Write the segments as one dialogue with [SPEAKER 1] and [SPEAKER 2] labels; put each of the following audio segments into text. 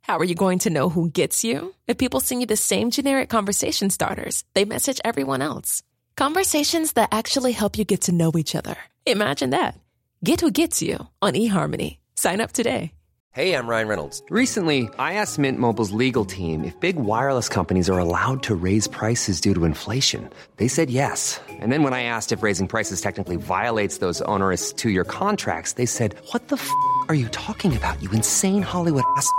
[SPEAKER 1] How are you going to know who gets you? If people send you the same generic conversation starters, they message everyone else. Conversations that actually help you get to know each other. Imagine that. Get who gets you on eHarmony. Sign up today.
[SPEAKER 2] Hey, I'm Ryan Reynolds. Recently, I asked Mint Mobile's legal team if big wireless companies are allowed to raise prices due to inflation. They said yes. And then when I asked if raising prices technically violates those onerous two year contracts, they said, What the f are you talking about, you insane Hollywood ass? f-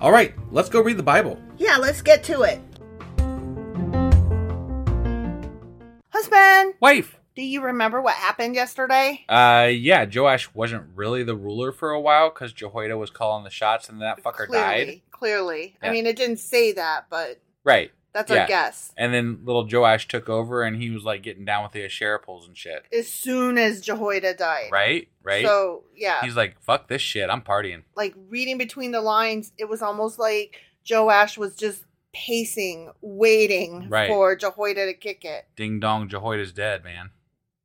[SPEAKER 3] All right, let's go read the Bible.
[SPEAKER 4] Yeah, let's get to it. Husband,
[SPEAKER 3] Wife!
[SPEAKER 4] do you remember what happened yesterday?
[SPEAKER 3] Uh, yeah, Joash wasn't really the ruler for a while because Jehoiada was calling the shots and that fucker died.
[SPEAKER 4] Clearly. I
[SPEAKER 3] Yeah.
[SPEAKER 4] mean, it didn't say that, but
[SPEAKER 3] Right.
[SPEAKER 4] that's
[SPEAKER 3] yeah.
[SPEAKER 4] our guess.
[SPEAKER 3] And then little Joash took over and he was like getting down with the Asheraples and shit.
[SPEAKER 4] As soon as Jehoiada died.
[SPEAKER 3] Right? Right?
[SPEAKER 4] So, yeah.
[SPEAKER 3] He's like, fuck this shit, I'm partying.
[SPEAKER 4] like reading between the lines, it was almost like Joash was just pacing, waiting
[SPEAKER 3] Right.
[SPEAKER 4] for Jehoiada to kick it,
[SPEAKER 3] Ding dong, Jehoiada's dead, man.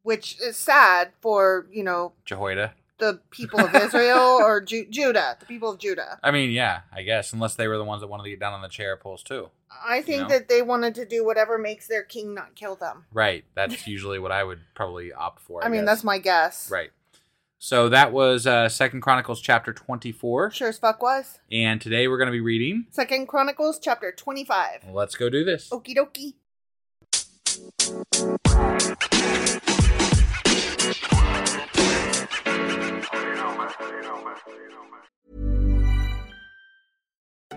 [SPEAKER 4] which is sad for, you know,
[SPEAKER 3] Jehoiada.
[SPEAKER 4] the people of Israel or Ju- Judah, the people of Judah.
[SPEAKER 3] I mean, yeah, I guess, unless they were the ones that wanted to get down on the chair pulls too.
[SPEAKER 4] I think
[SPEAKER 3] know?
[SPEAKER 4] that they wanted to do whatever makes their king not kill them.
[SPEAKER 3] Right. That's usually what I would probably opt for.
[SPEAKER 4] I,
[SPEAKER 3] I,
[SPEAKER 4] mean,
[SPEAKER 3] guess.
[SPEAKER 4] that's my guess.
[SPEAKER 3] Right. So that was uh Second Chronicles chapter twenty four.
[SPEAKER 4] Sure as fuck was.
[SPEAKER 3] And today we're gonna be reading.
[SPEAKER 4] Second Chronicles chapter 25.
[SPEAKER 3] Let's go do this.
[SPEAKER 4] Okie dokie.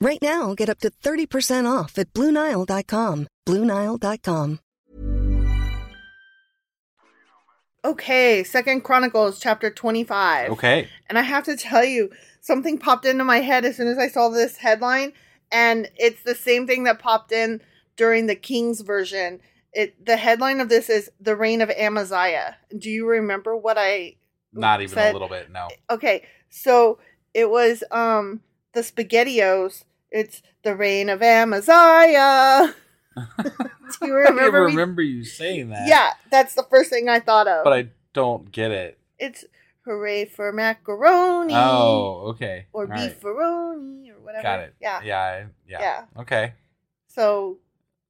[SPEAKER 5] Right now, get up to 30% off at BlueNile.com. BlueNile.com.
[SPEAKER 4] Okay, Second Chronicles chapter 25.
[SPEAKER 3] Okay.
[SPEAKER 4] And I have to tell you, something popped into my head as soon as I saw this headline, and it's the same thing that popped in during the King's version. It the headline of this is The Reign of Amaziah. Do you remember what I
[SPEAKER 3] Not even
[SPEAKER 4] Said-
[SPEAKER 3] a little bit, no.
[SPEAKER 4] Okay, so it was um the SpaghettiOs. It's The Reign of Amaziah. Do you remember?
[SPEAKER 3] I
[SPEAKER 4] me-
[SPEAKER 3] remember you saying that.
[SPEAKER 4] Yeah, that's the first thing I thought of.
[SPEAKER 3] But I don't get it.
[SPEAKER 4] it's hooray for macaroni.
[SPEAKER 3] Oh, okay.
[SPEAKER 4] or
[SPEAKER 3] All right.
[SPEAKER 4] beefaroni or whatever.
[SPEAKER 3] Got it.
[SPEAKER 4] Yeah.
[SPEAKER 3] Yeah. I- Yeah.
[SPEAKER 4] Yeah.
[SPEAKER 3] Okay.
[SPEAKER 4] So,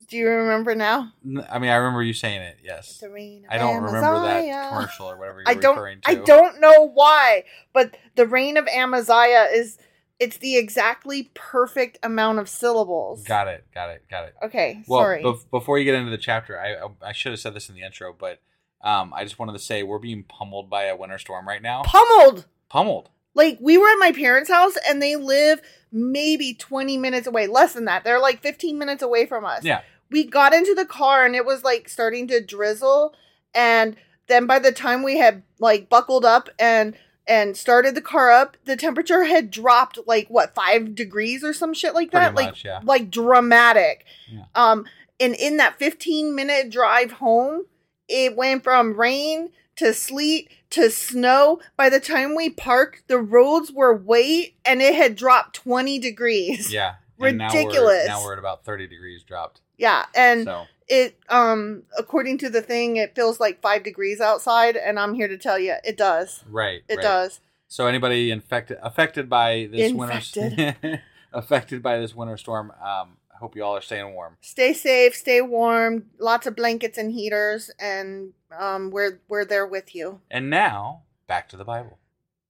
[SPEAKER 4] do you remember now?
[SPEAKER 3] N- I mean, I remember you saying it. Yes.
[SPEAKER 4] The reign of
[SPEAKER 3] I don't remember
[SPEAKER 4] Amaziah.
[SPEAKER 3] that commercial or whatever you're
[SPEAKER 4] I
[SPEAKER 3] referring
[SPEAKER 4] don't.
[SPEAKER 3] to.
[SPEAKER 4] I don't know why, but the reign of Amaziah is it's the exactly perfect amount of syllables.
[SPEAKER 3] Got it. Got it. Got it.
[SPEAKER 4] Okay.
[SPEAKER 3] Well,
[SPEAKER 4] sorry.
[SPEAKER 3] bef- before you get into the chapter, I I- I should have said this in the intro, but um, I just wanted to say we're being pummeled by a winter storm right now.
[SPEAKER 4] Pummeled.
[SPEAKER 3] Pummeled.
[SPEAKER 4] Like we were at my parents' house, and they live maybe twenty minutes away, less than that. They're like fifteen minutes away from us.
[SPEAKER 3] Yeah.
[SPEAKER 4] we got into the car and it was like starting to drizzle and then by the time we had like buckled up and and started the car up the temperature had dropped like what 5 degrees or some shit like that
[SPEAKER 3] Pretty
[SPEAKER 4] like
[SPEAKER 3] much, yeah.
[SPEAKER 4] like dramatic
[SPEAKER 3] Yeah.
[SPEAKER 4] um and in that 15 minute drive home it went from rain to sleet to snow by the time we parked the roads were wet and it had dropped 20 degrees
[SPEAKER 3] Yeah.
[SPEAKER 4] Ridiculous.
[SPEAKER 3] Now we're, now we're at about 30 degrees dropped.
[SPEAKER 4] yeah and
[SPEAKER 3] so
[SPEAKER 4] it um according to the thing it feels like five degrees outside and i'm here to tell you it does
[SPEAKER 3] right.
[SPEAKER 4] it
[SPEAKER 3] right.
[SPEAKER 4] does
[SPEAKER 3] So anybody infected affected by this
[SPEAKER 4] Infected.
[SPEAKER 3] winter affected by this winter storm. Um, I hope you all are staying warm.
[SPEAKER 4] stay safe stay warm lots of blankets and heaters and um we're we're there with you
[SPEAKER 3] And now back to the Bible.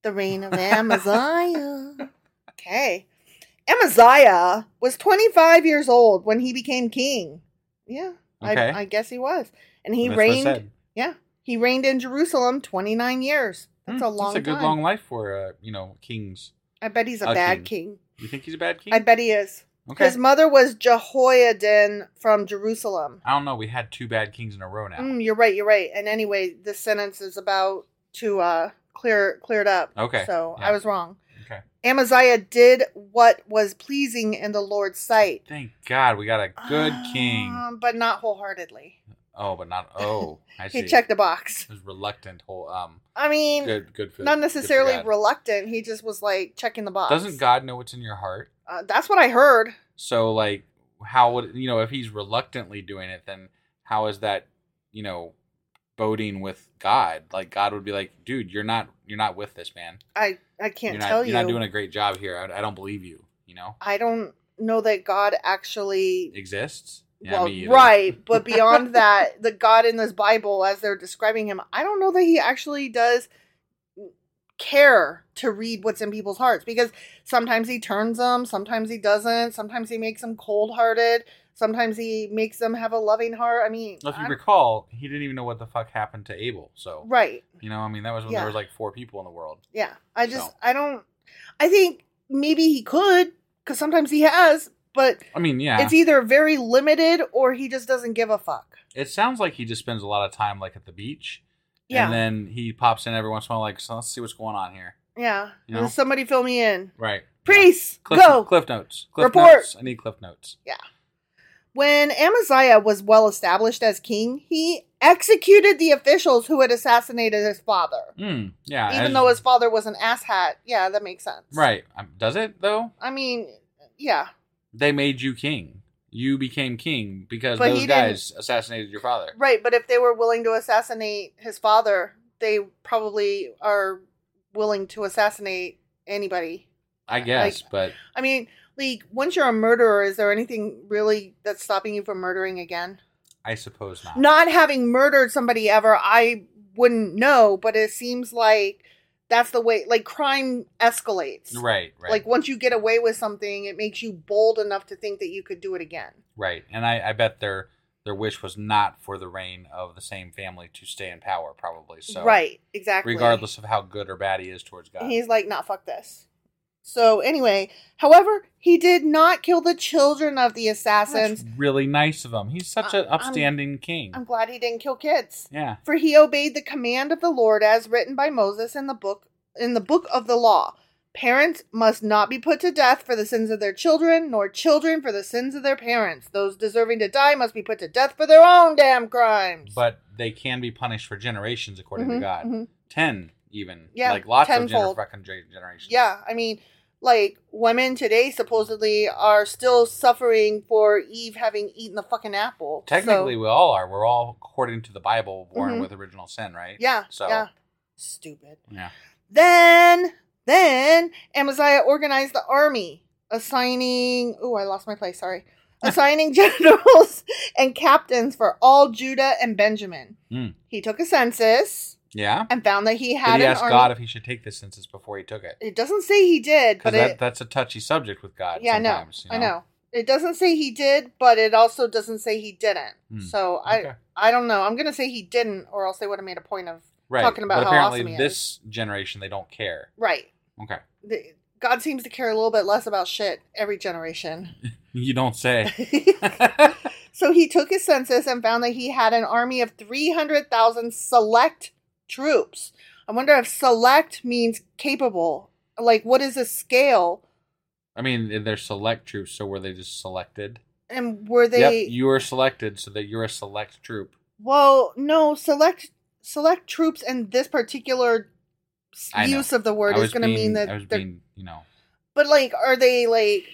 [SPEAKER 4] the reign of amaziah okay amaziah was 25 years old when he became king yeah
[SPEAKER 3] Okay.
[SPEAKER 4] I, I guess he was and he
[SPEAKER 3] That's what it
[SPEAKER 4] reigned
[SPEAKER 3] said.
[SPEAKER 4] yeah he reigned in jerusalem 29 years that's
[SPEAKER 3] Hmm,
[SPEAKER 4] a long
[SPEAKER 3] That's a good
[SPEAKER 4] time
[SPEAKER 3] long life for uh, you know kings.
[SPEAKER 4] i bet he's a,
[SPEAKER 3] a
[SPEAKER 4] bad
[SPEAKER 3] king.
[SPEAKER 4] king
[SPEAKER 3] You think he's a bad king?
[SPEAKER 4] I bet he is.
[SPEAKER 3] Okay.
[SPEAKER 4] His mother was Jehoiadin from Jerusalem.
[SPEAKER 3] I don't know. We had two bad kings in a row now.
[SPEAKER 4] Mm, you're right. You're right. And anyway, this sentence is about to uh, clear cleared up.
[SPEAKER 3] Okay,
[SPEAKER 4] So
[SPEAKER 3] yeah.
[SPEAKER 4] I was wrong.
[SPEAKER 3] Okay.
[SPEAKER 4] Amaziah did what was pleasing in the Lord's sight.
[SPEAKER 3] Thank God we got a good king.
[SPEAKER 4] Um, but not wholeheartedly.
[SPEAKER 3] Oh, but not oh. I see.
[SPEAKER 4] He checked the box.
[SPEAKER 3] He was reluctant. Whole um.
[SPEAKER 4] I mean,
[SPEAKER 3] Good. Good for.
[SPEAKER 4] not
[SPEAKER 3] good for
[SPEAKER 4] necessarily
[SPEAKER 3] God.
[SPEAKER 4] reluctant. He just was like checking the box.
[SPEAKER 3] Doesn't God know what's in your heart?
[SPEAKER 4] Uh, that's what I heard.
[SPEAKER 3] So like, how would you know if he's reluctantly doing it? Then how is that? You know, boding with God. Like God would be like, dude, you're not. You're not with this man.
[SPEAKER 4] I I can't
[SPEAKER 3] you're not,
[SPEAKER 4] tell
[SPEAKER 3] you're
[SPEAKER 4] you.
[SPEAKER 3] not doing a great job here. I, I don't believe you. You know,
[SPEAKER 4] I don't know that God actually
[SPEAKER 3] exists.
[SPEAKER 4] well,
[SPEAKER 3] me either.
[SPEAKER 4] right, but beyond that, the God in this Bible, as they're describing him, I don't know that he actually does care to read what's in people's hearts because sometimes he turns them, sometimes he doesn't, sometimes he makes them cold hearted, sometimes he makes them have a loving heart. I mean,
[SPEAKER 3] Well, if you
[SPEAKER 4] I-
[SPEAKER 3] recall, he didn't even know what the fuck happened to Abel. So
[SPEAKER 4] right,
[SPEAKER 3] you know, I mean, that was when
[SPEAKER 4] Yeah.
[SPEAKER 3] there was like four people in the world.
[SPEAKER 4] yeah. I just,
[SPEAKER 3] So.
[SPEAKER 4] I don't, I think maybe he could because sometimes he has, but
[SPEAKER 3] I mean, yeah,
[SPEAKER 4] it's either very limited or he just doesn't give a fuck.
[SPEAKER 3] it sounds like he just spends a lot of time like at the beach.
[SPEAKER 4] Yeah.
[SPEAKER 3] And then he pops in every once in a while, like, so let's see what's going on here.
[SPEAKER 4] Yeah.
[SPEAKER 3] You know?
[SPEAKER 4] Somebody fill me in.
[SPEAKER 3] Right.
[SPEAKER 4] Priests,
[SPEAKER 3] Cliff,
[SPEAKER 4] go.
[SPEAKER 3] Cliff notes. Cliff
[SPEAKER 4] Report.
[SPEAKER 3] notes. I need cliff notes.
[SPEAKER 4] Yeah. When Amaziah was well established as king, he executed the officials who had assassinated his father.
[SPEAKER 3] Mm, yeah. I
[SPEAKER 4] Even
[SPEAKER 3] just-
[SPEAKER 4] though his father was an asshat. Yeah, that makes sense.
[SPEAKER 3] Right. Um, does it, though?
[SPEAKER 4] I mean, yeah.
[SPEAKER 3] They made you king. You became king because
[SPEAKER 4] But
[SPEAKER 3] those
[SPEAKER 4] he didn't-
[SPEAKER 3] guys assassinated your father.
[SPEAKER 4] Right, but if they were willing to assassinate his father, they probably are willing to assassinate anybody.
[SPEAKER 3] I guess, but
[SPEAKER 4] I mean, like once you're a murderer, is there anything really that's stopping you from murdering again?
[SPEAKER 3] I suppose not.
[SPEAKER 4] Not having murdered somebody ever, I wouldn't know, but it seems like that's the way like crime escalates.
[SPEAKER 3] Right, right,
[SPEAKER 4] Like once you get away with something, it makes you bold enough to think that you could do it again.
[SPEAKER 3] right. And I, I bet their their wish was not for the reign of the same family to stay in power, probably. So
[SPEAKER 4] right, exactly.
[SPEAKER 3] regardless of how good or bad he is towards God.
[SPEAKER 4] He's like, nah, fuck this. So anyway, however, he did not kill the children of the assassins.
[SPEAKER 3] That's really nice of him. He's such
[SPEAKER 4] I-
[SPEAKER 3] an
[SPEAKER 4] Uh, I'm-
[SPEAKER 3] upstanding king.
[SPEAKER 4] I'm glad he didn't kill kids.
[SPEAKER 3] yeah.
[SPEAKER 4] For he obeyed the command of the Lord as written by Moses in the book in the book of the law. Parents must not be put to death for the sins of their children, nor children for the sins of their parents. Those deserving to die must be put to death for their own damn crimes.
[SPEAKER 3] But they can be punished for generations according to
[SPEAKER 4] Mhm,
[SPEAKER 3] God.
[SPEAKER 4] mhm.
[SPEAKER 3] Ten even.
[SPEAKER 4] Yeah,
[SPEAKER 3] Like lots of gener-
[SPEAKER 4] tenfold.
[SPEAKER 3] fucking gener- generations.
[SPEAKER 4] yeah, I mean, like women today supposedly are still suffering for Eve having eaten the fucking apple. So-
[SPEAKER 3] Technically we all are. We're all according to the Bible born
[SPEAKER 4] Mhm.
[SPEAKER 3] with original sin, right?
[SPEAKER 4] yeah,
[SPEAKER 3] So
[SPEAKER 4] yeah, stupid.
[SPEAKER 3] yeah.
[SPEAKER 4] Then, then Amaziah organized the army, assigning. Oh, I lost my place. Sorry. Assigning generals and captains for all Judah and Benjamin.
[SPEAKER 3] Hmm.
[SPEAKER 4] He took a census
[SPEAKER 3] Yeah.
[SPEAKER 4] and found that he
[SPEAKER 3] Did
[SPEAKER 4] had
[SPEAKER 3] he
[SPEAKER 4] an
[SPEAKER 3] ask
[SPEAKER 4] army.
[SPEAKER 3] God if he should take the census before he took it?
[SPEAKER 4] it doesn't say he did,
[SPEAKER 3] Because
[SPEAKER 4] but
[SPEAKER 3] that,
[SPEAKER 4] it.
[SPEAKER 3] that's a touchy subject with God.
[SPEAKER 4] yeah, I know.
[SPEAKER 3] sometimes,
[SPEAKER 4] I
[SPEAKER 3] you
[SPEAKER 4] know. It doesn't say he did, but it also doesn't say he didn't.
[SPEAKER 3] Hmm.
[SPEAKER 4] So I,
[SPEAKER 3] Okay.
[SPEAKER 4] I don't know. I'm gonna say he didn't, or else they would have made a point of
[SPEAKER 3] Right.
[SPEAKER 4] talking
[SPEAKER 3] but
[SPEAKER 4] about how
[SPEAKER 3] apparently
[SPEAKER 4] awesome he is.
[SPEAKER 3] this generation they don't care.
[SPEAKER 4] Right.
[SPEAKER 3] Okay.
[SPEAKER 4] The- God seems to care a little bit less about shit every generation.
[SPEAKER 3] You don't say.
[SPEAKER 4] So he took his census and found that he had an army of 300,000 select troops. I wonder if select means capable. Like, what is a scale?
[SPEAKER 3] I mean, they're select troops, so were they just selected?
[SPEAKER 4] And were they.
[SPEAKER 3] Yep, you were selected so that you're a select troop.
[SPEAKER 4] well, no, select select troops and this particular s-
[SPEAKER 3] I know.
[SPEAKER 4] use of the word
[SPEAKER 3] I
[SPEAKER 4] is
[SPEAKER 3] was
[SPEAKER 4] going to
[SPEAKER 3] being-
[SPEAKER 4] mean that
[SPEAKER 3] I was
[SPEAKER 4] they're.
[SPEAKER 3] being, you know,
[SPEAKER 4] but, like, are they, like,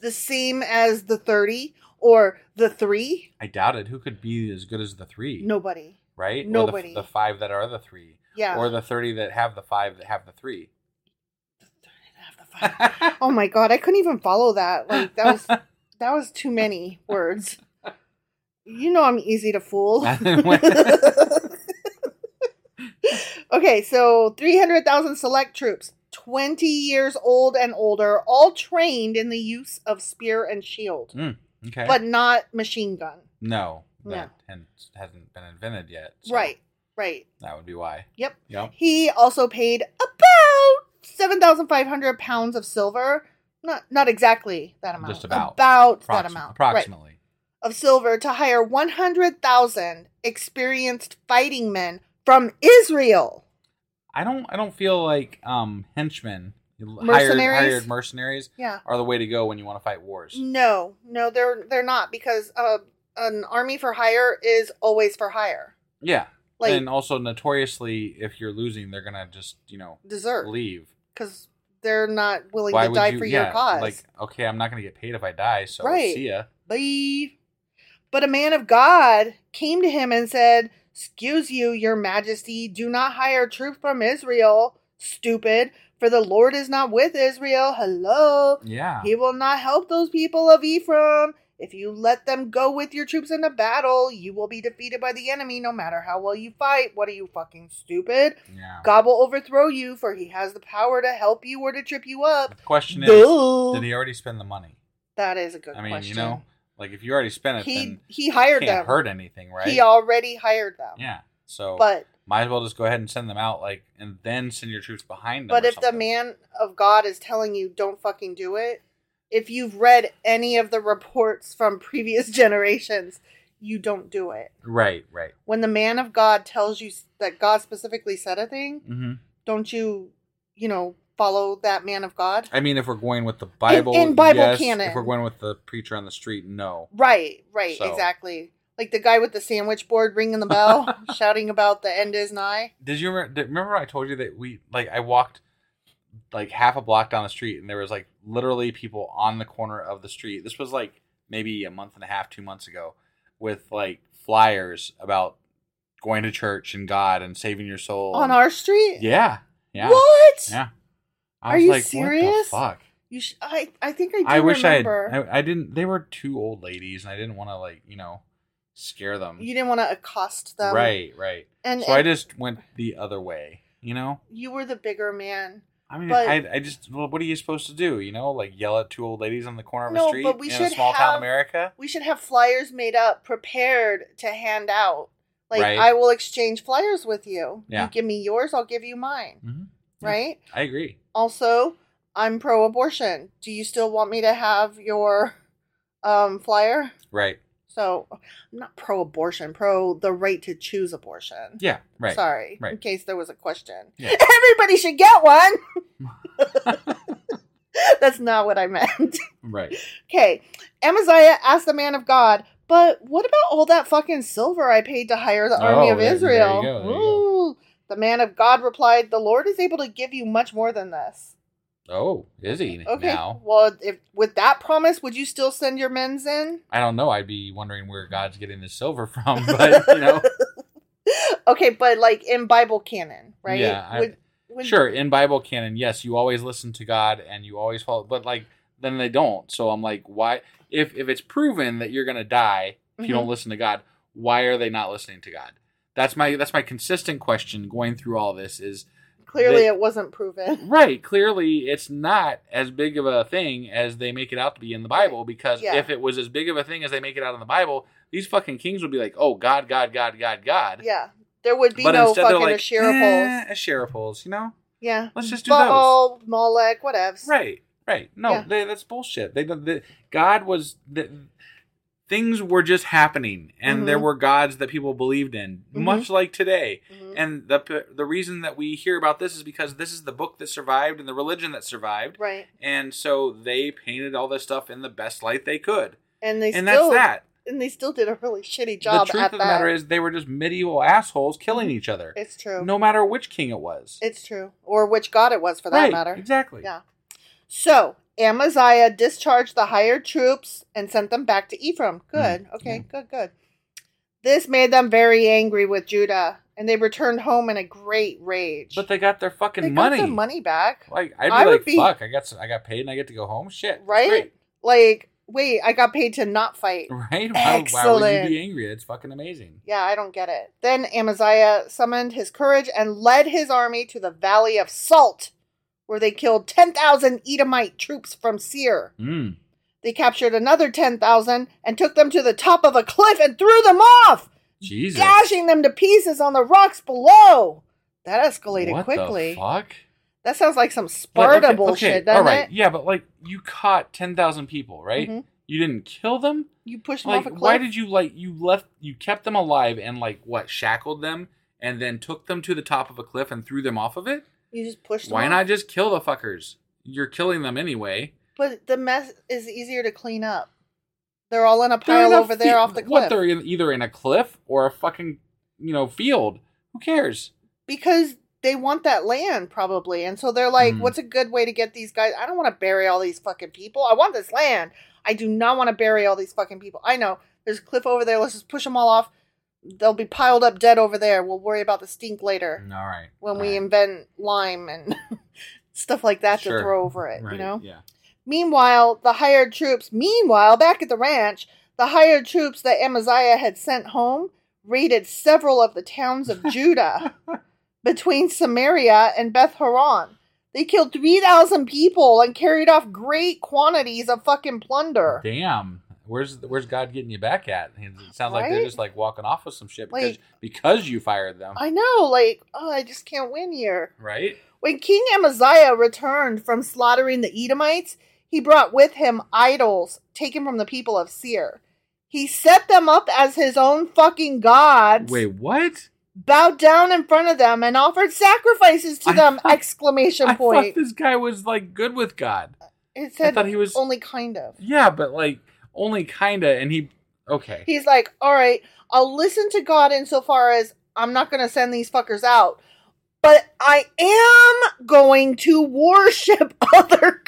[SPEAKER 4] the same as the 30 or the 3?
[SPEAKER 3] I doubted who could be as good as the three.
[SPEAKER 4] Nobody.
[SPEAKER 3] right? Or the f-
[SPEAKER 4] nobody.
[SPEAKER 3] the, five that are the three.
[SPEAKER 4] Yeah.
[SPEAKER 3] Or the thirty that have the five that have the three.
[SPEAKER 4] Oh my god, I couldn't even follow that. Like that was that was too many words. You know I'm easy to fool. okay, so 300,000 select troops, 20 years old and older, all trained in the use of spear and shield,
[SPEAKER 3] Mm, okay.
[SPEAKER 4] but not machine gun.
[SPEAKER 3] no,
[SPEAKER 4] No.
[SPEAKER 3] that hadn't- hasn't been invented yet. so
[SPEAKER 4] Right. Right.
[SPEAKER 3] That would be why.
[SPEAKER 4] Yep.
[SPEAKER 3] Yep.
[SPEAKER 4] He also paid about seven thousand five hundred pounds of silver. Not not exactly that amount.
[SPEAKER 3] Just about.
[SPEAKER 4] about that
[SPEAKER 3] Approxim-
[SPEAKER 4] amount. Right,
[SPEAKER 3] Approximately.
[SPEAKER 4] of silver to hire one hundred thousand experienced fighting men from Israel.
[SPEAKER 3] I don't. I don't feel like um henchmen, hired,
[SPEAKER 4] Mercenaries?
[SPEAKER 3] hired mercenaries,
[SPEAKER 4] Yeah.
[SPEAKER 3] are the way to go when you want to fight wars.
[SPEAKER 4] No, no, they're they're not because uh, an army for hire is always for hire.
[SPEAKER 3] Yeah.
[SPEAKER 4] Like-
[SPEAKER 3] and also notoriously, if you're losing, they're gonna just you know
[SPEAKER 4] Desert
[SPEAKER 3] leave.
[SPEAKER 4] because they're not willing to die for your cause.
[SPEAKER 3] Like, okay, I'm not gonna get paid if I die, so
[SPEAKER 4] Right.
[SPEAKER 3] see ya.
[SPEAKER 4] Bye. But a man of God came to him and said, Excuse you, your majesty, do not hire troops from Israel, stupid, for the Lord is not with Israel. Hello.
[SPEAKER 3] Yeah.
[SPEAKER 4] He will not help those people of Ephraim. If you let them go with your troops into battle, you will be defeated by the enemy no matter how well you fight. What are you fucking stupid?
[SPEAKER 3] yeah.
[SPEAKER 4] God will overthrow you, for he has the power to help you or to trip you
[SPEAKER 3] The
[SPEAKER 4] up.
[SPEAKER 3] question is,
[SPEAKER 4] Duh.
[SPEAKER 3] did he already spend the money?
[SPEAKER 4] That is a good
[SPEAKER 3] I mean,
[SPEAKER 4] question.
[SPEAKER 3] you know, like if you already spent it,
[SPEAKER 4] he
[SPEAKER 3] then
[SPEAKER 4] he hired
[SPEAKER 3] can't
[SPEAKER 4] them.
[SPEAKER 3] hurt anything, right?
[SPEAKER 4] He already hired them.
[SPEAKER 3] yeah. So,
[SPEAKER 4] But
[SPEAKER 3] might as well just go ahead and send them out, like, and then send your troops behind them.
[SPEAKER 4] but
[SPEAKER 3] or
[SPEAKER 4] if the
[SPEAKER 3] something.
[SPEAKER 4] man of God is telling you don't fucking do it, if you've read any of the reports from previous generations, you don't do it.
[SPEAKER 3] right, right,
[SPEAKER 4] When the man of God tells you s- that God specifically said a thing,
[SPEAKER 3] mm-hmm.
[SPEAKER 4] don't you, you know, follow that man of God?
[SPEAKER 3] I mean, if we're going with the Bible,
[SPEAKER 4] in Bible
[SPEAKER 3] yes.
[SPEAKER 4] canon.
[SPEAKER 3] if we're going with the preacher on the street, no.
[SPEAKER 4] Right, right,
[SPEAKER 3] So-
[SPEAKER 4] exactly. Like the guy with the sandwich board ringing the bell, shouting about the end is nigh.
[SPEAKER 3] Did you remember, did, remember I told you that we like I walked like half a block down the street and there was like literally people on the corner of the street. This was like maybe a month and a half, 2 months ago with like flyers about going to church and God and saving your soul.
[SPEAKER 4] On
[SPEAKER 3] and-
[SPEAKER 4] our street?
[SPEAKER 3] Yeah. Yeah.
[SPEAKER 4] What?
[SPEAKER 3] Yeah. I
[SPEAKER 4] Are
[SPEAKER 3] was
[SPEAKER 4] you
[SPEAKER 3] like,
[SPEAKER 4] serious?
[SPEAKER 3] What the fuck.
[SPEAKER 4] You sh- I I think I do
[SPEAKER 3] I wish I, had,
[SPEAKER 4] remember.
[SPEAKER 3] I I didn't. They were two old ladies, and I didn't want to like you know scare them.
[SPEAKER 4] you didn't want to accost them.
[SPEAKER 3] right, right.
[SPEAKER 4] And-
[SPEAKER 3] so I
[SPEAKER 4] and-
[SPEAKER 3] just went the other way. You know,
[SPEAKER 4] You were the bigger man.
[SPEAKER 3] I mean,
[SPEAKER 4] But-
[SPEAKER 3] I I just well, what are you supposed to do? You know, like yell at two old ladies on the corner of a
[SPEAKER 4] No,
[SPEAKER 3] street
[SPEAKER 4] but we
[SPEAKER 3] in a
[SPEAKER 4] should
[SPEAKER 3] small town
[SPEAKER 4] have-
[SPEAKER 3] America?
[SPEAKER 4] We should have flyers made up, prepared to hand out. Like
[SPEAKER 3] Right.
[SPEAKER 4] I will exchange flyers with you.
[SPEAKER 3] Yeah.
[SPEAKER 4] You give me yours, I'll give you mine.
[SPEAKER 3] Mm-hmm.
[SPEAKER 4] Right?
[SPEAKER 3] I agree.
[SPEAKER 4] Also, I'm pro abortion. Do you still want me to have your um flyer?
[SPEAKER 3] Right.
[SPEAKER 4] So I'm not pro abortion, pro the right to choose abortion.
[SPEAKER 3] Yeah. Right.
[SPEAKER 4] Sorry.
[SPEAKER 3] Right.
[SPEAKER 4] In case there was a question.
[SPEAKER 3] Yeah.
[SPEAKER 4] Everybody should get one. That's not what I meant.
[SPEAKER 3] Right.
[SPEAKER 4] Okay. Amaziah asked the man of God, but what about all that fucking silver I paid to hire the
[SPEAKER 3] Oh,
[SPEAKER 4] army of
[SPEAKER 3] there- there you
[SPEAKER 4] Israel?
[SPEAKER 3] go, there you
[SPEAKER 4] Ooh. The man of God replied, The Lord is able to give you much more than this.
[SPEAKER 3] Oh, is he
[SPEAKER 4] Okay.
[SPEAKER 3] now?
[SPEAKER 4] Well, if with that promise, would you still send your men's in?
[SPEAKER 3] I don't know. I'd be wondering where God's getting the silver from, but you know,
[SPEAKER 4] Okay, but like in Bible canon, right?
[SPEAKER 3] Yeah, I-
[SPEAKER 4] Would- would-
[SPEAKER 3] sure. In Bible canon, yes, you always listen to God and you always follow, but like then they don't. So I'm like, why? If if it's proven that you're gonna die if
[SPEAKER 4] mm-hmm.
[SPEAKER 3] you don't listen to God, why are they not listening to God? That's my that's my consistent question going through all this is
[SPEAKER 4] Clearly,
[SPEAKER 3] They-
[SPEAKER 4] it wasn't proven.
[SPEAKER 3] Right. Clearly, it's not as big of a thing as they make it out to be in the Bible. Because
[SPEAKER 4] Yeah.
[SPEAKER 3] if it was as big of a thing as they make it out in the Bible, these fucking kings would be like, "Oh God, God, God, God, God."
[SPEAKER 4] Yeah, there would be
[SPEAKER 3] But
[SPEAKER 4] no
[SPEAKER 3] instead, they're
[SPEAKER 4] fucking
[SPEAKER 3] like,
[SPEAKER 4] Ashirapols.
[SPEAKER 3] "Eh, Ashirapols, you know?
[SPEAKER 4] yeah,
[SPEAKER 3] let's just do
[SPEAKER 4] Baal, Molech, whatevs.
[SPEAKER 3] Right. Right. No,
[SPEAKER 4] Yeah.
[SPEAKER 3] they, that's bullshit. They, the, God was the, things were just happening, and there
[SPEAKER 4] Mhm.
[SPEAKER 3] were gods that people believed in,
[SPEAKER 4] Mhm.
[SPEAKER 3] much like today.
[SPEAKER 4] Mhm.
[SPEAKER 3] And the the reason that we hear about this is because this is the book that survived and the religion that survived.
[SPEAKER 4] right.
[SPEAKER 3] and so they painted all this stuff in the best light they could
[SPEAKER 4] And they
[SPEAKER 3] and
[SPEAKER 4] still
[SPEAKER 3] that's that
[SPEAKER 4] and they still did a really shitty job
[SPEAKER 3] the truth
[SPEAKER 4] at
[SPEAKER 3] of the
[SPEAKER 4] that. Mm-hmm.
[SPEAKER 3] matter is they were just medieval assholes killing each other
[SPEAKER 4] it's true.
[SPEAKER 3] no matter which king it was
[SPEAKER 4] it's true. Or which god it was for that
[SPEAKER 3] Right,
[SPEAKER 4] matter.
[SPEAKER 3] exactly
[SPEAKER 4] Yeah. So Amaziah discharged the hired troops and sent them back to Ephraim. Good.
[SPEAKER 3] Mm,
[SPEAKER 4] Okay. Good. Good. This made them very angry with Judah, and they returned home in a great rage.
[SPEAKER 3] but they got their fucking
[SPEAKER 4] They
[SPEAKER 3] money
[SPEAKER 4] got their money back,
[SPEAKER 3] like i'd be
[SPEAKER 4] I would
[SPEAKER 3] like
[SPEAKER 4] be-
[SPEAKER 3] fuck i got s- i got paid and i get to go home shit that's
[SPEAKER 4] right? Like, wait, I got paid to not fight.
[SPEAKER 3] great. right why, why would you
[SPEAKER 4] Excellent.
[SPEAKER 3] be angry that's fucking amazing
[SPEAKER 4] Yeah, I don't get it. Then Amaziah summoned his courage and led his army to the Valley of Salt, where they killed 10,000 Edomite troops from Seir.
[SPEAKER 3] mm.
[SPEAKER 4] They captured another 10,000 and took them to the top of a cliff and threw them off,
[SPEAKER 3] jesus
[SPEAKER 4] dashing them to pieces on the rocks below. That escalated
[SPEAKER 3] what
[SPEAKER 4] quickly.
[SPEAKER 3] the fuck
[SPEAKER 4] That sounds like some
[SPEAKER 3] But
[SPEAKER 4] Sparta bullshit, doesn't
[SPEAKER 3] all right
[SPEAKER 4] it?
[SPEAKER 3] yeah but like you caught 10000 people right
[SPEAKER 4] Mhm.
[SPEAKER 3] you didn't kill them
[SPEAKER 4] You pushed them off a
[SPEAKER 3] like
[SPEAKER 4] cliff.
[SPEAKER 3] why did you like you left you kept them alive and like what shackled them and then took them to the top of a cliff and threw them off of it
[SPEAKER 4] you just pushed them
[SPEAKER 3] why
[SPEAKER 4] off?
[SPEAKER 3] not just kill the fuckers you're killing them anyway
[SPEAKER 4] But the mess is easier to clean up. They're all in a pile over there off the cliff.
[SPEAKER 3] what they're in, either in a cliff or a fucking you know field who cares
[SPEAKER 4] because they want that land probably and so they're like
[SPEAKER 3] Mm.
[SPEAKER 4] what's a good way to get these guys i don't want to bury all these fucking people i want this land i do not want to bury all these fucking people i know there's a cliff over there let's just push them all off they'll be piled up dead over there we'll worry about the stink
[SPEAKER 3] all
[SPEAKER 4] later
[SPEAKER 3] right
[SPEAKER 4] when
[SPEAKER 3] all
[SPEAKER 4] we
[SPEAKER 3] Mm. right.
[SPEAKER 4] invent lime and stuff like that
[SPEAKER 3] Sure.
[SPEAKER 4] to throw over it
[SPEAKER 3] Right,
[SPEAKER 4] you know
[SPEAKER 3] yeah
[SPEAKER 4] Meanwhile, the hired troops, meanwhile, back at the ranch, the hired troops that Amaziah had sent home raided several of the towns of Judah between Samaria and Beth Horon. They killed 3,000 people and carried off great quantities of fucking plunder.
[SPEAKER 3] damn Where's, where's God getting you back at? It sounds like they're
[SPEAKER 4] Right?
[SPEAKER 3] just like walking off with some shit because,
[SPEAKER 4] Like-
[SPEAKER 3] because you fired them,
[SPEAKER 4] I know, like, oh, I just can't win here.
[SPEAKER 3] right?
[SPEAKER 4] When King Amaziah returned from slaughtering the Edomites, he brought with him idols taken from the people of Seir. He set them up as his own fucking gods,
[SPEAKER 3] Wait, what?
[SPEAKER 4] bowed down in front of them, and offered sacrifices to
[SPEAKER 3] I
[SPEAKER 4] them!
[SPEAKER 3] thought-
[SPEAKER 4] exclamation
[SPEAKER 3] I thought
[SPEAKER 4] point.
[SPEAKER 3] this guy was like good with God.
[SPEAKER 4] it said
[SPEAKER 3] thought he was-
[SPEAKER 4] only kind of.
[SPEAKER 3] Yeah, but like only kinda, and he okay.
[SPEAKER 4] He's like, all right, I'll listen to God insofar as I'm not going to send these fuckers out, but I am going to worship other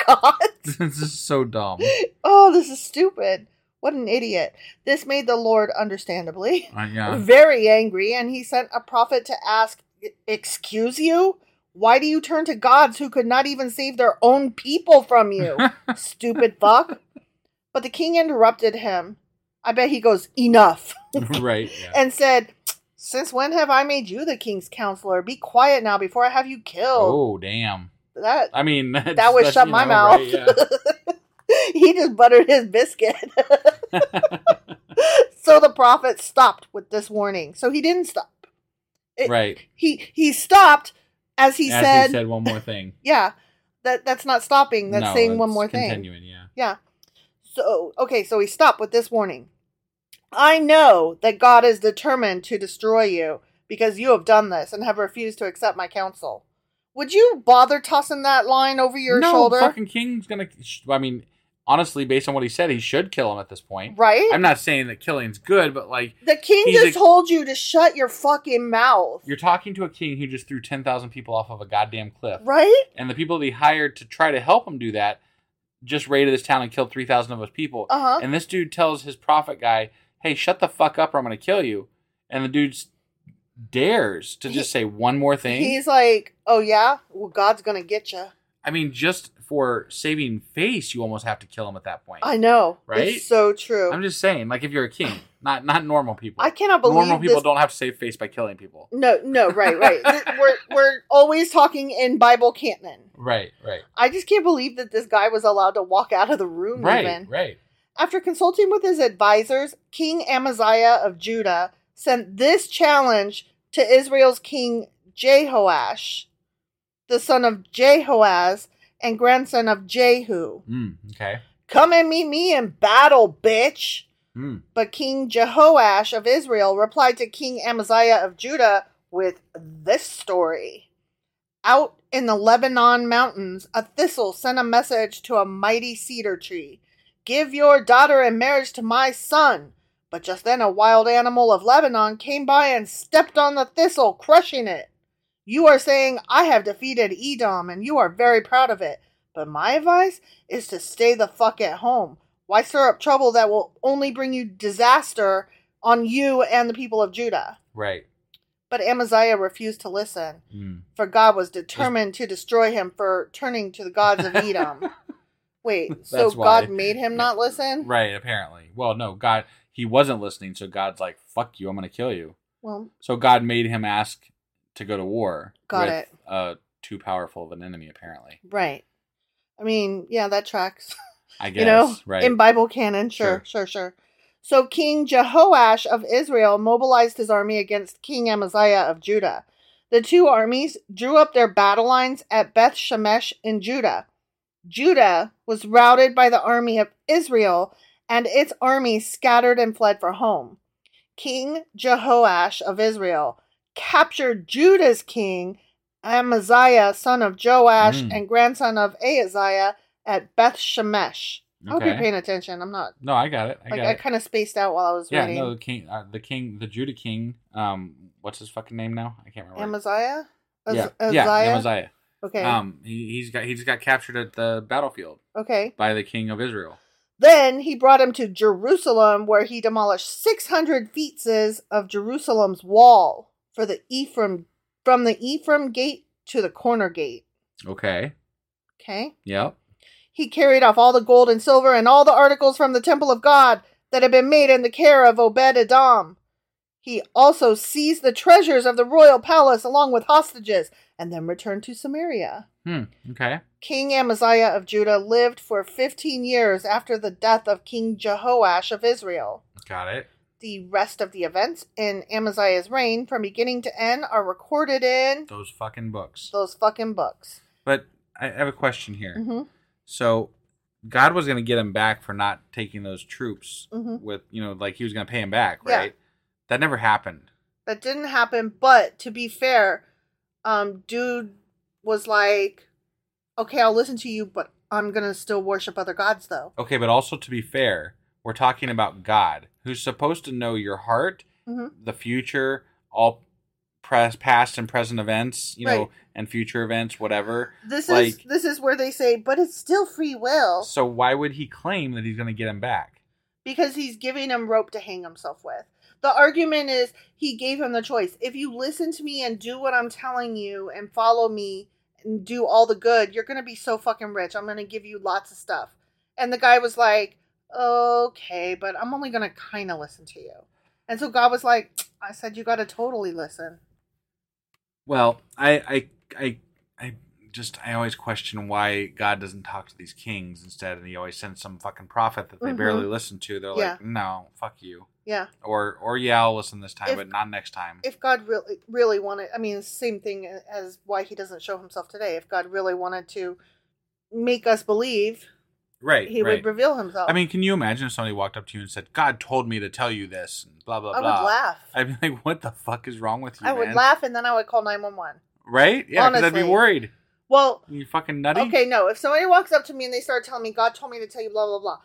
[SPEAKER 4] gods.
[SPEAKER 3] this is so dumb.
[SPEAKER 4] Oh, this is stupid. What an idiot. This made the Lord, understandably,
[SPEAKER 3] Uh, yeah.
[SPEAKER 4] very angry, and he sent a prophet to ask, "E-, Excuse you? Why do you turn to gods who could not even save their own people from you? Stupid fuck. But the king interrupted him. I bet he goes, Enough.
[SPEAKER 3] right. Yeah.
[SPEAKER 4] And said, Since when have I made you the king's counselor? Be quiet now before I have you killed.
[SPEAKER 3] oh damn!
[SPEAKER 4] That
[SPEAKER 3] I mean, that's,
[SPEAKER 4] that would
[SPEAKER 3] that's,
[SPEAKER 4] shut
[SPEAKER 3] you
[SPEAKER 4] my
[SPEAKER 3] know,
[SPEAKER 4] mouth.
[SPEAKER 3] right, yeah.
[SPEAKER 4] he just buttered his biscuit. so the prophet stopped with this warning. So he didn't stop. It-
[SPEAKER 3] right.
[SPEAKER 4] He he stopped as he
[SPEAKER 3] As
[SPEAKER 4] said,
[SPEAKER 3] he said one more thing.
[SPEAKER 4] yeah. That that's not stopping. That's
[SPEAKER 3] No,
[SPEAKER 4] saying one
[SPEAKER 3] it's
[SPEAKER 4] more thing.
[SPEAKER 3] Continuing, yeah.
[SPEAKER 4] Yeah. So, okay, so we stop with this warning. I know that God is determined to destroy you because you have done this and have refused to accept my counsel. Would you bother tossing that line over your
[SPEAKER 3] no,
[SPEAKER 4] shoulder?
[SPEAKER 3] fucking King's gonna. sh- I mean, honestly, based on what he said, he should kill him at this point.
[SPEAKER 4] Right?
[SPEAKER 3] I'm not saying that killing's good, but like
[SPEAKER 4] the king
[SPEAKER 3] he's
[SPEAKER 4] just
[SPEAKER 3] a-
[SPEAKER 4] told you to shut your fucking mouth.
[SPEAKER 3] you're talking to a king who just threw ten thousand people off of a goddamn cliff,
[SPEAKER 4] Right?
[SPEAKER 3] and the people that he hired to try to help him do that just raided this town and killed three thousand of his people.
[SPEAKER 4] Uh-huh.
[SPEAKER 3] And this dude tells his prophet guy, "Hey, shut the fuck up, or I'm gonna kill you." And the dude s- dares to just say one more thing.
[SPEAKER 4] He's like, oh yeah? Well, God's going to get you.
[SPEAKER 3] I mean, just for saving face, you almost have to kill him at that point.
[SPEAKER 4] I know.
[SPEAKER 3] Right?
[SPEAKER 4] It's so true.
[SPEAKER 3] I'm just saying, like if you're a king, not not normal people.
[SPEAKER 4] I cannot believe
[SPEAKER 3] normal people
[SPEAKER 4] this-
[SPEAKER 3] don't have to save face by killing people.
[SPEAKER 4] no, no, right, right. we're, we're always talking in Bible canon.
[SPEAKER 3] Right, right,
[SPEAKER 4] I just can't believe that this guy was allowed to walk out of the room.
[SPEAKER 3] right,
[SPEAKER 4] even.
[SPEAKER 3] right.
[SPEAKER 4] After consulting with his advisors, King Amaziah of Judah sent this challenge to Israel's king Jehoash, the son of Jehoaz and grandson of Jehu.
[SPEAKER 3] Mm, okay.
[SPEAKER 4] Come and meet me in battle, bitch.
[SPEAKER 3] Mm.
[SPEAKER 4] But King Jehoash of Israel replied to King Amaziah of Judah with this story. Out in the Lebanon mountains, a thistle sent a message to a mighty cedar tree Give your daughter in marriage to my son. But just then, a wild animal of Lebanon came by and stepped on the thistle, crushing it. You are saying, I have defeated Edom, and you are very proud of it. But my advice is to stay the fuck at home. Why stir up trouble that will only bring you disaster on you and the people of Judah?
[SPEAKER 3] Right.
[SPEAKER 4] But Amaziah refused to listen,
[SPEAKER 3] Mm.
[SPEAKER 4] for God was determined to destroy him for turning to the gods of Edom. Wait, so
[SPEAKER 3] That's why.
[SPEAKER 4] God made him not listen?
[SPEAKER 3] Right, apparently. Well, no, God he wasn't listening, so God's like, fuck you, I'm gonna kill you.
[SPEAKER 4] Well,
[SPEAKER 3] So God made him ask to go to war.
[SPEAKER 4] Got
[SPEAKER 3] with,
[SPEAKER 4] it.
[SPEAKER 3] Uh too powerful of an enemy, apparently.
[SPEAKER 4] right. I mean, yeah, that tracks.
[SPEAKER 3] I guess.
[SPEAKER 4] you know,
[SPEAKER 3] right.
[SPEAKER 4] in Bible canon. Sure, sure, sure, So King Jehoash of Israel mobilized his army against King Amaziah of Judah. The two armies drew up their battle lines at Beth Shemesh in Judah. Judah was routed by the army of Israel, and its army scattered and fled for home. King Jehoash of Israel captured Judah's king Amaziah, son of Joash,
[SPEAKER 3] Mm.
[SPEAKER 4] and grandson of Ahaziah, at Beth Shemesh. I hope you're
[SPEAKER 3] Okay.
[SPEAKER 4] paying attention. I'm not.
[SPEAKER 3] no, I got it. I
[SPEAKER 4] like
[SPEAKER 3] got
[SPEAKER 4] I
[SPEAKER 3] it.
[SPEAKER 4] kind of spaced out while I was
[SPEAKER 3] yeah,
[SPEAKER 4] reading.
[SPEAKER 3] no, the king, uh, the king, the Judah king. Um, what's his fucking name now? I can't remember.
[SPEAKER 4] Amaziah. Az-
[SPEAKER 3] yeah,
[SPEAKER 4] Aziah?
[SPEAKER 3] yeah, Amaziah.
[SPEAKER 4] Okay.
[SPEAKER 3] Um, he, he's got he just got captured at the battlefield
[SPEAKER 4] okay.
[SPEAKER 3] by the king of Israel.
[SPEAKER 4] Then he brought him to Jerusalem, where he demolished 600 feetses of Jerusalem's wall for the Ephraim from the Ephraim gate to the corner gate.
[SPEAKER 3] Okay.
[SPEAKER 4] Okay.
[SPEAKER 3] Yep.
[SPEAKER 4] He carried off all the gold and silver and all the articles from the temple of God that had been made in the care of Obed Edom. He also seized the treasures of the royal palace along with hostages and then returned to Samaria.
[SPEAKER 3] Hmm. Okay.
[SPEAKER 4] King Amaziah of Judah lived for 15 years after the death of King Jehoash of Israel.
[SPEAKER 3] Got it.
[SPEAKER 4] The rest of the events in Amaziah's reign from beginning to end are recorded in
[SPEAKER 3] Those fucking books.
[SPEAKER 4] those fucking books.
[SPEAKER 3] But I have a question here.
[SPEAKER 4] Mhm.
[SPEAKER 3] So God was going to get him back for not taking those troops
[SPEAKER 4] Mhm.
[SPEAKER 3] with you know like he was going to pay him back,
[SPEAKER 4] Yeah.
[SPEAKER 3] right? That never happened.
[SPEAKER 4] that didn't happen but to be fair um dude was like okay i'll listen to you but i'm gonna still worship other gods though
[SPEAKER 3] Okay, but also to be fair, we're talking about God, who's supposed to know your heart,
[SPEAKER 4] Mhm.
[SPEAKER 3] the future, all pres- past and present events, you
[SPEAKER 4] Right.
[SPEAKER 3] know, and future events, whatever.
[SPEAKER 4] this is
[SPEAKER 3] Like-
[SPEAKER 4] this is where they say but it's still free will
[SPEAKER 3] So why would he claim that he's going to get him back?
[SPEAKER 4] because he's giving him rope to hang himself with The argument is he gave him the choice. If you listen to me and do what I'm telling you and follow me and do all the good, you're going to be so fucking rich. I'm going to give you lots of stuff. And the guy was like, okay, but I'm only going to kind of listen to you. And so God was like, I said, you got to totally listen.
[SPEAKER 3] Well, I, I, I, I just I always question why God doesn't talk to these kings instead, and He always sends some fucking prophet that they
[SPEAKER 4] Mhm.
[SPEAKER 3] barely listen to. They're
[SPEAKER 4] Yeah.
[SPEAKER 3] like, no, fuck you,
[SPEAKER 4] Yeah.
[SPEAKER 3] or or yeah, I'll listen this time,
[SPEAKER 4] If-
[SPEAKER 3] but not next time.
[SPEAKER 4] If God really, really wanted, I mean, it's the same thing as why he doesn't show himself today. If God really wanted to make us believe,
[SPEAKER 3] right,
[SPEAKER 4] he
[SPEAKER 3] right.
[SPEAKER 4] would reveal himself.
[SPEAKER 3] I mean, can you imagine if somebody walked up to you and said, "God told me to tell you this," and blah blah
[SPEAKER 4] I would
[SPEAKER 3] blah?
[SPEAKER 4] laugh.
[SPEAKER 3] I'd be like, "What the fuck is wrong with you?"
[SPEAKER 4] I would
[SPEAKER 3] man?"
[SPEAKER 4] laugh and then I would call 911.
[SPEAKER 3] right? Yeah, because I'd be
[SPEAKER 4] Honestly.
[SPEAKER 3] worried.
[SPEAKER 4] Well,
[SPEAKER 3] You fucking nutty.
[SPEAKER 4] okay, no. If somebody walks up to me and they start telling me, God told me to tell you blah, blah, blah,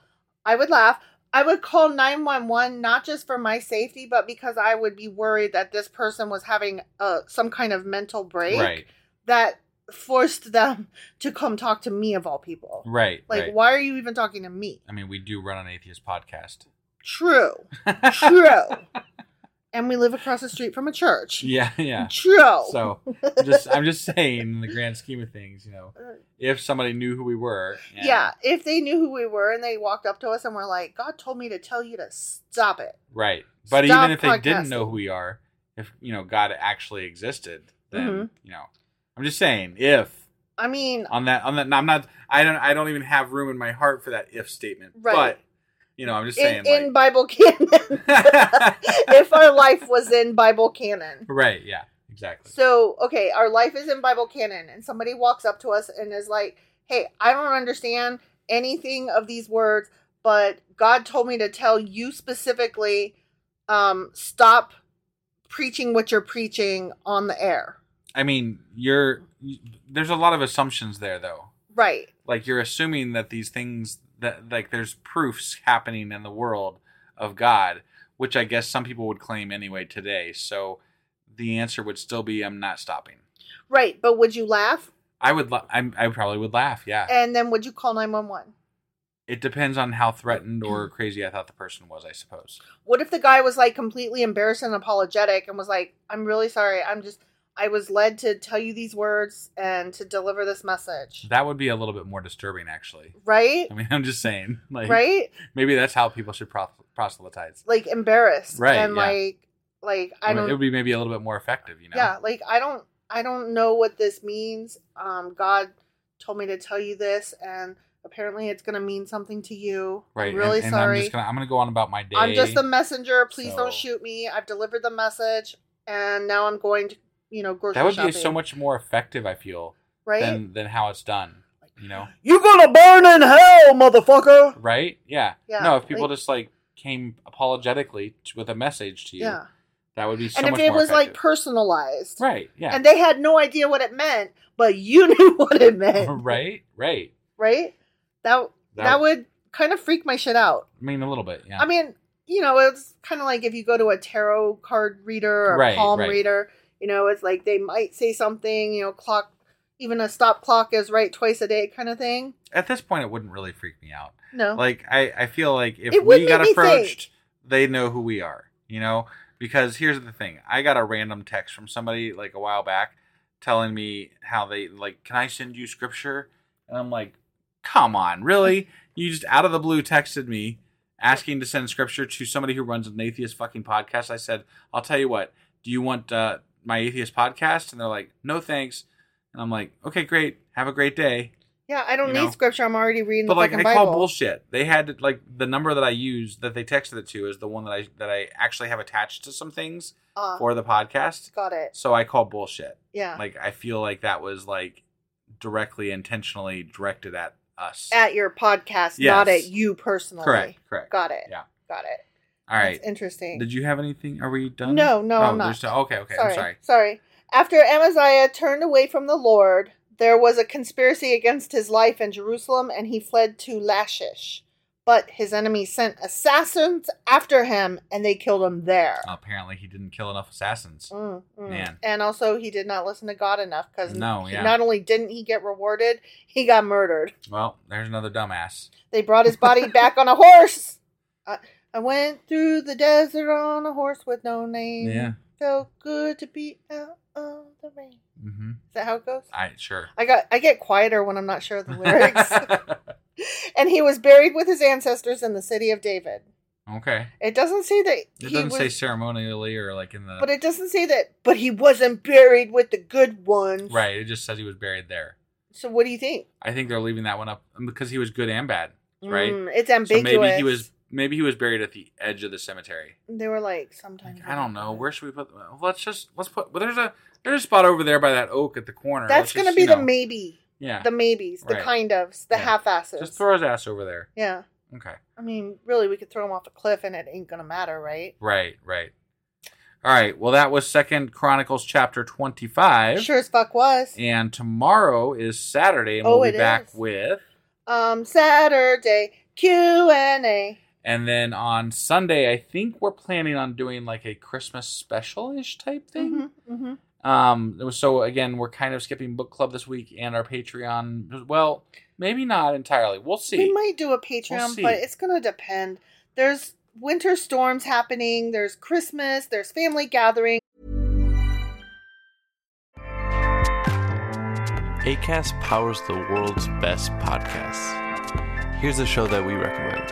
[SPEAKER 4] I would laugh. I would call 911, not just for my safety, but because I would be worried that this person was having uh, some kind of mental break
[SPEAKER 3] right,
[SPEAKER 4] that forced them to come talk to me, of all people.
[SPEAKER 3] right,
[SPEAKER 4] Like,
[SPEAKER 3] right.
[SPEAKER 4] why are you even talking to me?
[SPEAKER 3] I mean, we do run an atheist podcast.
[SPEAKER 4] True. True. and we live across the street from a church.
[SPEAKER 3] Yeah, yeah.
[SPEAKER 4] True.
[SPEAKER 3] So just I'm just saying in the grand scheme of things, you know, if somebody knew who we were. and-
[SPEAKER 4] Uh. Yeah, if they knew who we were and they walked up to us and were like, "God told me to tell you to stop it."
[SPEAKER 3] Right. But
[SPEAKER 4] Stop
[SPEAKER 3] even if they didn't know
[SPEAKER 4] podcasting.
[SPEAKER 3] who we are, if you know God actually existed, then
[SPEAKER 4] Mhm.
[SPEAKER 3] you know. I'm just saying if
[SPEAKER 4] I mean,
[SPEAKER 3] on that on that I'm not I don't I don't even have room in my heart for that if statement.
[SPEAKER 4] Right.
[SPEAKER 3] But you know, I'm just saying
[SPEAKER 4] in, in
[SPEAKER 3] like
[SPEAKER 4] Bible canon, if our life was in Bible canon.
[SPEAKER 3] Right, yeah. Exactly.
[SPEAKER 4] So, okay, our life is in Bible canon and somebody walks up to us and is like, "Hey, I don't understand anything of these words, but God told me to tell you specifically um stop preaching what you're preaching on the air."
[SPEAKER 3] I mean, you're there's a lot of assumptions there though.
[SPEAKER 4] Right.
[SPEAKER 3] like you're assuming that these things that like there's proofs happening in the world of God, which I guess some people would claim anyway today. So the answer would still be I'm not stopping.
[SPEAKER 4] Right, but would you laugh?
[SPEAKER 3] I would la- I'm, I probably would laugh. Yeah.
[SPEAKER 4] And then would you call 911?
[SPEAKER 3] it depends on how threatened or crazy I thought the person was, I suppose.
[SPEAKER 4] What if the guy was like completely embarrassed and apologetic and was like, I'm really sorry. I'm just, I was led to tell you these words and to deliver this message.
[SPEAKER 3] That would be a little bit more disturbing actually.
[SPEAKER 4] right?
[SPEAKER 3] I mean, I'm just saying like
[SPEAKER 4] right?
[SPEAKER 3] maybe that's how people should pros- proselytize.
[SPEAKER 4] Like embarrassed.
[SPEAKER 3] Right,
[SPEAKER 4] And
[SPEAKER 3] yeah.
[SPEAKER 4] like, like,
[SPEAKER 3] I
[SPEAKER 4] I
[SPEAKER 3] mean,
[SPEAKER 4] don't,
[SPEAKER 3] it would be maybe a little bit more effective, you know.
[SPEAKER 4] yeah, like, I don't, I don't know what this means. Um, God told me to tell you this and apparently it's going to mean something to you.
[SPEAKER 3] Right.
[SPEAKER 4] I'm really
[SPEAKER 3] and, and
[SPEAKER 4] sorry.
[SPEAKER 3] I'm just gonna I'm gonna go on about my day.
[SPEAKER 4] I'm just a messenger. Please
[SPEAKER 3] So-
[SPEAKER 4] don't shoot me. I've delivered the message, and now I'm going to, you know, grocery
[SPEAKER 3] that would
[SPEAKER 4] shopping.
[SPEAKER 3] be so much more effective. I feel
[SPEAKER 4] right.
[SPEAKER 3] than than how it's done. You know,
[SPEAKER 4] You're gonna burn in hell, motherfucker.
[SPEAKER 3] right? Yeah.
[SPEAKER 4] Yeah,
[SPEAKER 3] no, if people
[SPEAKER 4] like-
[SPEAKER 3] just like came apologetically t with a message to you,
[SPEAKER 4] Yeah,
[SPEAKER 3] that would be so
[SPEAKER 4] and if
[SPEAKER 3] much
[SPEAKER 4] it
[SPEAKER 3] more
[SPEAKER 4] was like
[SPEAKER 3] effective.
[SPEAKER 4] personalized,
[SPEAKER 3] right? Yeah.
[SPEAKER 4] and they had no idea what it meant, but you knew what it meant,
[SPEAKER 3] right. Right.
[SPEAKER 4] Right? That that,
[SPEAKER 3] That
[SPEAKER 4] would kind of freak my shit out.
[SPEAKER 3] I mean, a little bit. Yeah.
[SPEAKER 4] I mean, you know, it's kind of like if you go to a tarot card reader or
[SPEAKER 3] Right,
[SPEAKER 4] a palm
[SPEAKER 3] right.
[SPEAKER 4] reader, you know, it's like they might say something, you know, clock, even a stop clock is right twice a day kind of thing.
[SPEAKER 3] at this point, it wouldn't really freak me out.
[SPEAKER 4] No.
[SPEAKER 3] Like I, I feel like if
[SPEAKER 4] It would
[SPEAKER 3] we got
[SPEAKER 4] make me
[SPEAKER 3] approached,
[SPEAKER 4] think.
[SPEAKER 3] they know who we are, you know? Because here's the thing. I got a random text from somebody like a while back telling me how they like, can I send you scripture? And I'm like, come on, really? You just out of the blue texted me asking to send scripture to somebody who runs an atheist fucking podcast. I said, I'll tell you what, do you want uh, my atheist podcast? And they're like, no thanks. And I'm like, okay, great. Have a great day
[SPEAKER 4] yeah, I don't
[SPEAKER 3] you
[SPEAKER 4] need
[SPEAKER 3] know.
[SPEAKER 4] scripture. I'm already reading
[SPEAKER 3] but
[SPEAKER 4] the
[SPEAKER 3] like I
[SPEAKER 4] fucking Bible.
[SPEAKER 3] call bullshit. They had like the number that I used that they texted it to is the one that I that I actually have attached to some things
[SPEAKER 4] Ah,
[SPEAKER 3] for the podcast.
[SPEAKER 4] got it.
[SPEAKER 3] So I call bullshit.
[SPEAKER 4] Yeah.
[SPEAKER 3] Like I feel like that was like directly intentionally directed at us.
[SPEAKER 4] at your
[SPEAKER 3] Yes.
[SPEAKER 4] podcast, not at you personally.
[SPEAKER 3] correct. Correct.
[SPEAKER 4] Got it.
[SPEAKER 3] Yeah.
[SPEAKER 4] Got it.
[SPEAKER 3] All right.
[SPEAKER 4] That's interesting.
[SPEAKER 3] Did you have anything? Are we done? Oh,
[SPEAKER 4] No, no, I'm not.
[SPEAKER 3] there's no- okay. Okay.
[SPEAKER 4] sorry,
[SPEAKER 3] I'm sorry.
[SPEAKER 4] sorry. After Amaziah turned away from the Lord, there was a conspiracy against his life in Jerusalem, and he fled to Lashish. But his enemies sent assassins after him, and they killed him there.
[SPEAKER 3] Apparently he didn't kill enough assassins.
[SPEAKER 4] Mm, mm.
[SPEAKER 3] Oh, Man.
[SPEAKER 4] And also, he did not listen to God enough because
[SPEAKER 3] No, yeah.
[SPEAKER 4] not only didn't he get rewarded, he got murdered.
[SPEAKER 3] Well, there's another dumbass.
[SPEAKER 4] They brought his body back on a horse. Uh, I went through the desert on a horse with no name.
[SPEAKER 3] Yeah.
[SPEAKER 4] Felt good to be out of the rain.
[SPEAKER 3] Mm-hmm.
[SPEAKER 4] Is that how it goes?
[SPEAKER 3] I sure.
[SPEAKER 4] I got I get quieter when I'm not sure of the lyrics. and he was buried with his ancestors in the city of David.
[SPEAKER 3] okay.
[SPEAKER 4] It doesn't say that
[SPEAKER 3] It
[SPEAKER 4] he
[SPEAKER 3] doesn't
[SPEAKER 4] was,
[SPEAKER 3] say ceremonially or like in the
[SPEAKER 4] but it doesn't say that. But he wasn't buried with the good ones,
[SPEAKER 3] right. It just says he was buried there.
[SPEAKER 4] So what do you think?
[SPEAKER 3] I think they're leaving that one up um, because he was good and bad, right?
[SPEAKER 4] Mm, it's
[SPEAKER 3] so
[SPEAKER 4] ambiguous.
[SPEAKER 3] maybe he was maybe he was buried at the edge of the cemetery.
[SPEAKER 4] They were like sometimes.
[SPEAKER 3] Like, I don't know. Where should we put? well, Let's just let's put. Well, there's a there's a spot over there by that oak at the corner. Let's
[SPEAKER 4] That's gonna
[SPEAKER 3] just,
[SPEAKER 4] be
[SPEAKER 3] you
[SPEAKER 4] the
[SPEAKER 3] know,
[SPEAKER 4] maybe,
[SPEAKER 3] Yeah.
[SPEAKER 4] the maybes, the
[SPEAKER 3] Right.
[SPEAKER 4] kind ofs, the
[SPEAKER 3] Yeah.
[SPEAKER 4] half asses.
[SPEAKER 3] just throw his ass over there.
[SPEAKER 4] yeah,
[SPEAKER 3] Okay.
[SPEAKER 4] I mean, really, we could throw him off a cliff, and it ain't gonna matter, right?
[SPEAKER 3] Right. Right. All right. Well, that was Second Chronicles chapter twenty five.
[SPEAKER 4] Sure as fuck was.
[SPEAKER 3] And tomorrow is Saturday, and
[SPEAKER 4] Oh,
[SPEAKER 3] we'll
[SPEAKER 4] it
[SPEAKER 3] be back
[SPEAKER 4] is.
[SPEAKER 3] with.
[SPEAKER 4] Um, Saturday Q and A.
[SPEAKER 3] And then on Sunday, I think we're planning on doing like a Christmas special ish type
[SPEAKER 4] Mm-hmm.
[SPEAKER 3] thing. Um, so again, we're kind of skipping book club this week and our Patreon. Well, maybe not entirely. We'll see.
[SPEAKER 4] We might do a Patreon,
[SPEAKER 3] see.
[SPEAKER 4] but it's gonna depend. There's winter storms happening. There's Christmas. There's family gathering.
[SPEAKER 6] ACAST powers the world's best podcasts. Here's a show that we recommend.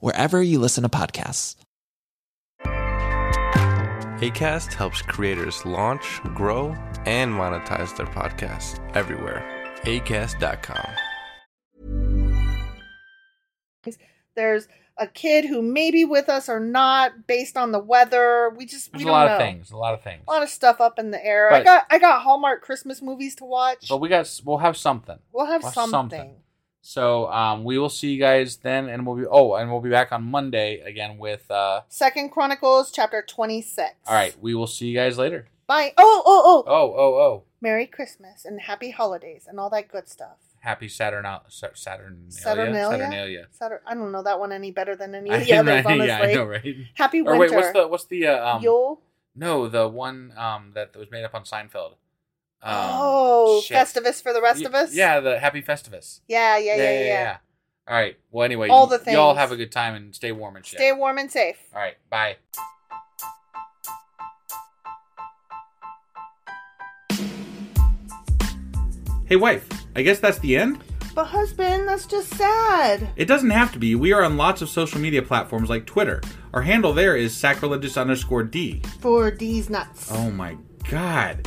[SPEAKER 7] wherever you listen to podcasts.
[SPEAKER 6] ACAST helps creators launch, grow, and monetize their podcasts everywhere. ACAST.com.
[SPEAKER 4] There's a kid who may be with us or not based on the weather. We just we
[SPEAKER 3] There's a
[SPEAKER 4] don't
[SPEAKER 3] lot
[SPEAKER 4] know.
[SPEAKER 3] of things. A lot of things.
[SPEAKER 4] A lot of stuff up in the air. I
[SPEAKER 3] But-
[SPEAKER 4] got I got Hallmark Christmas movies to watch.
[SPEAKER 3] But we got. We'll have something.
[SPEAKER 4] we'll have something.
[SPEAKER 3] So um, we will see you guys then, and we'll be. Oh, and we'll be back on Monday again with. Uh,
[SPEAKER 4] Second Chronicles chapter twenty six.
[SPEAKER 3] all right. We will see you guys later.
[SPEAKER 4] Bye. Oh oh oh.
[SPEAKER 3] Oh oh oh.
[SPEAKER 4] Merry Christmas and happy holidays and all that good stuff.
[SPEAKER 3] Happy Saturn Saturnalia.
[SPEAKER 4] Saturnalia.
[SPEAKER 3] Saturnalia.
[SPEAKER 4] Satur- I don't know that one any better than any
[SPEAKER 3] I-
[SPEAKER 4] of the others. Honestly.
[SPEAKER 3] yeah, I know, right?
[SPEAKER 4] Happy
[SPEAKER 3] Or
[SPEAKER 4] winter.
[SPEAKER 3] wait, what's the what's the uh, um,
[SPEAKER 4] Yule.
[SPEAKER 3] No, the one um that was made up on Seinfeld. Um,
[SPEAKER 4] oh,
[SPEAKER 3] shit.
[SPEAKER 4] Festivus for the rest
[SPEAKER 3] Y-
[SPEAKER 4] of us.
[SPEAKER 3] Yeah, the Happy Festivus.
[SPEAKER 4] Yeah. Yeah. Yeah. Yeah.
[SPEAKER 3] All right. Well, anyway,
[SPEAKER 4] All the
[SPEAKER 3] y'all
[SPEAKER 4] things.
[SPEAKER 3] have a good time and stay warm and shit.
[SPEAKER 4] Stay warm and safe.
[SPEAKER 3] All right. Bye. Hey, wife. I guess that's the end.
[SPEAKER 4] But husband, that's just sad.
[SPEAKER 3] It doesn't have to be. We are on lots of social media platforms like Twitter. Our handle there is sacrilegious underscore D.
[SPEAKER 4] For these nuts.
[SPEAKER 3] Oh my god.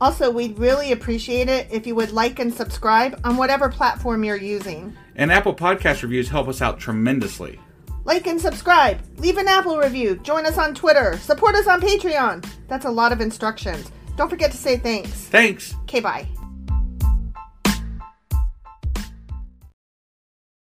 [SPEAKER 4] Also, we'd really appreciate it if you would like and subscribe on whatever platform you're using.
[SPEAKER 3] And Apple Podcast reviews help us out tremendously.
[SPEAKER 4] Like and subscribe, leave an Apple review, join us on Twitter, support us on Patreon. That's a lot of instructions. Don't forget to say thanks.
[SPEAKER 3] Thanks!
[SPEAKER 4] Okay, bye.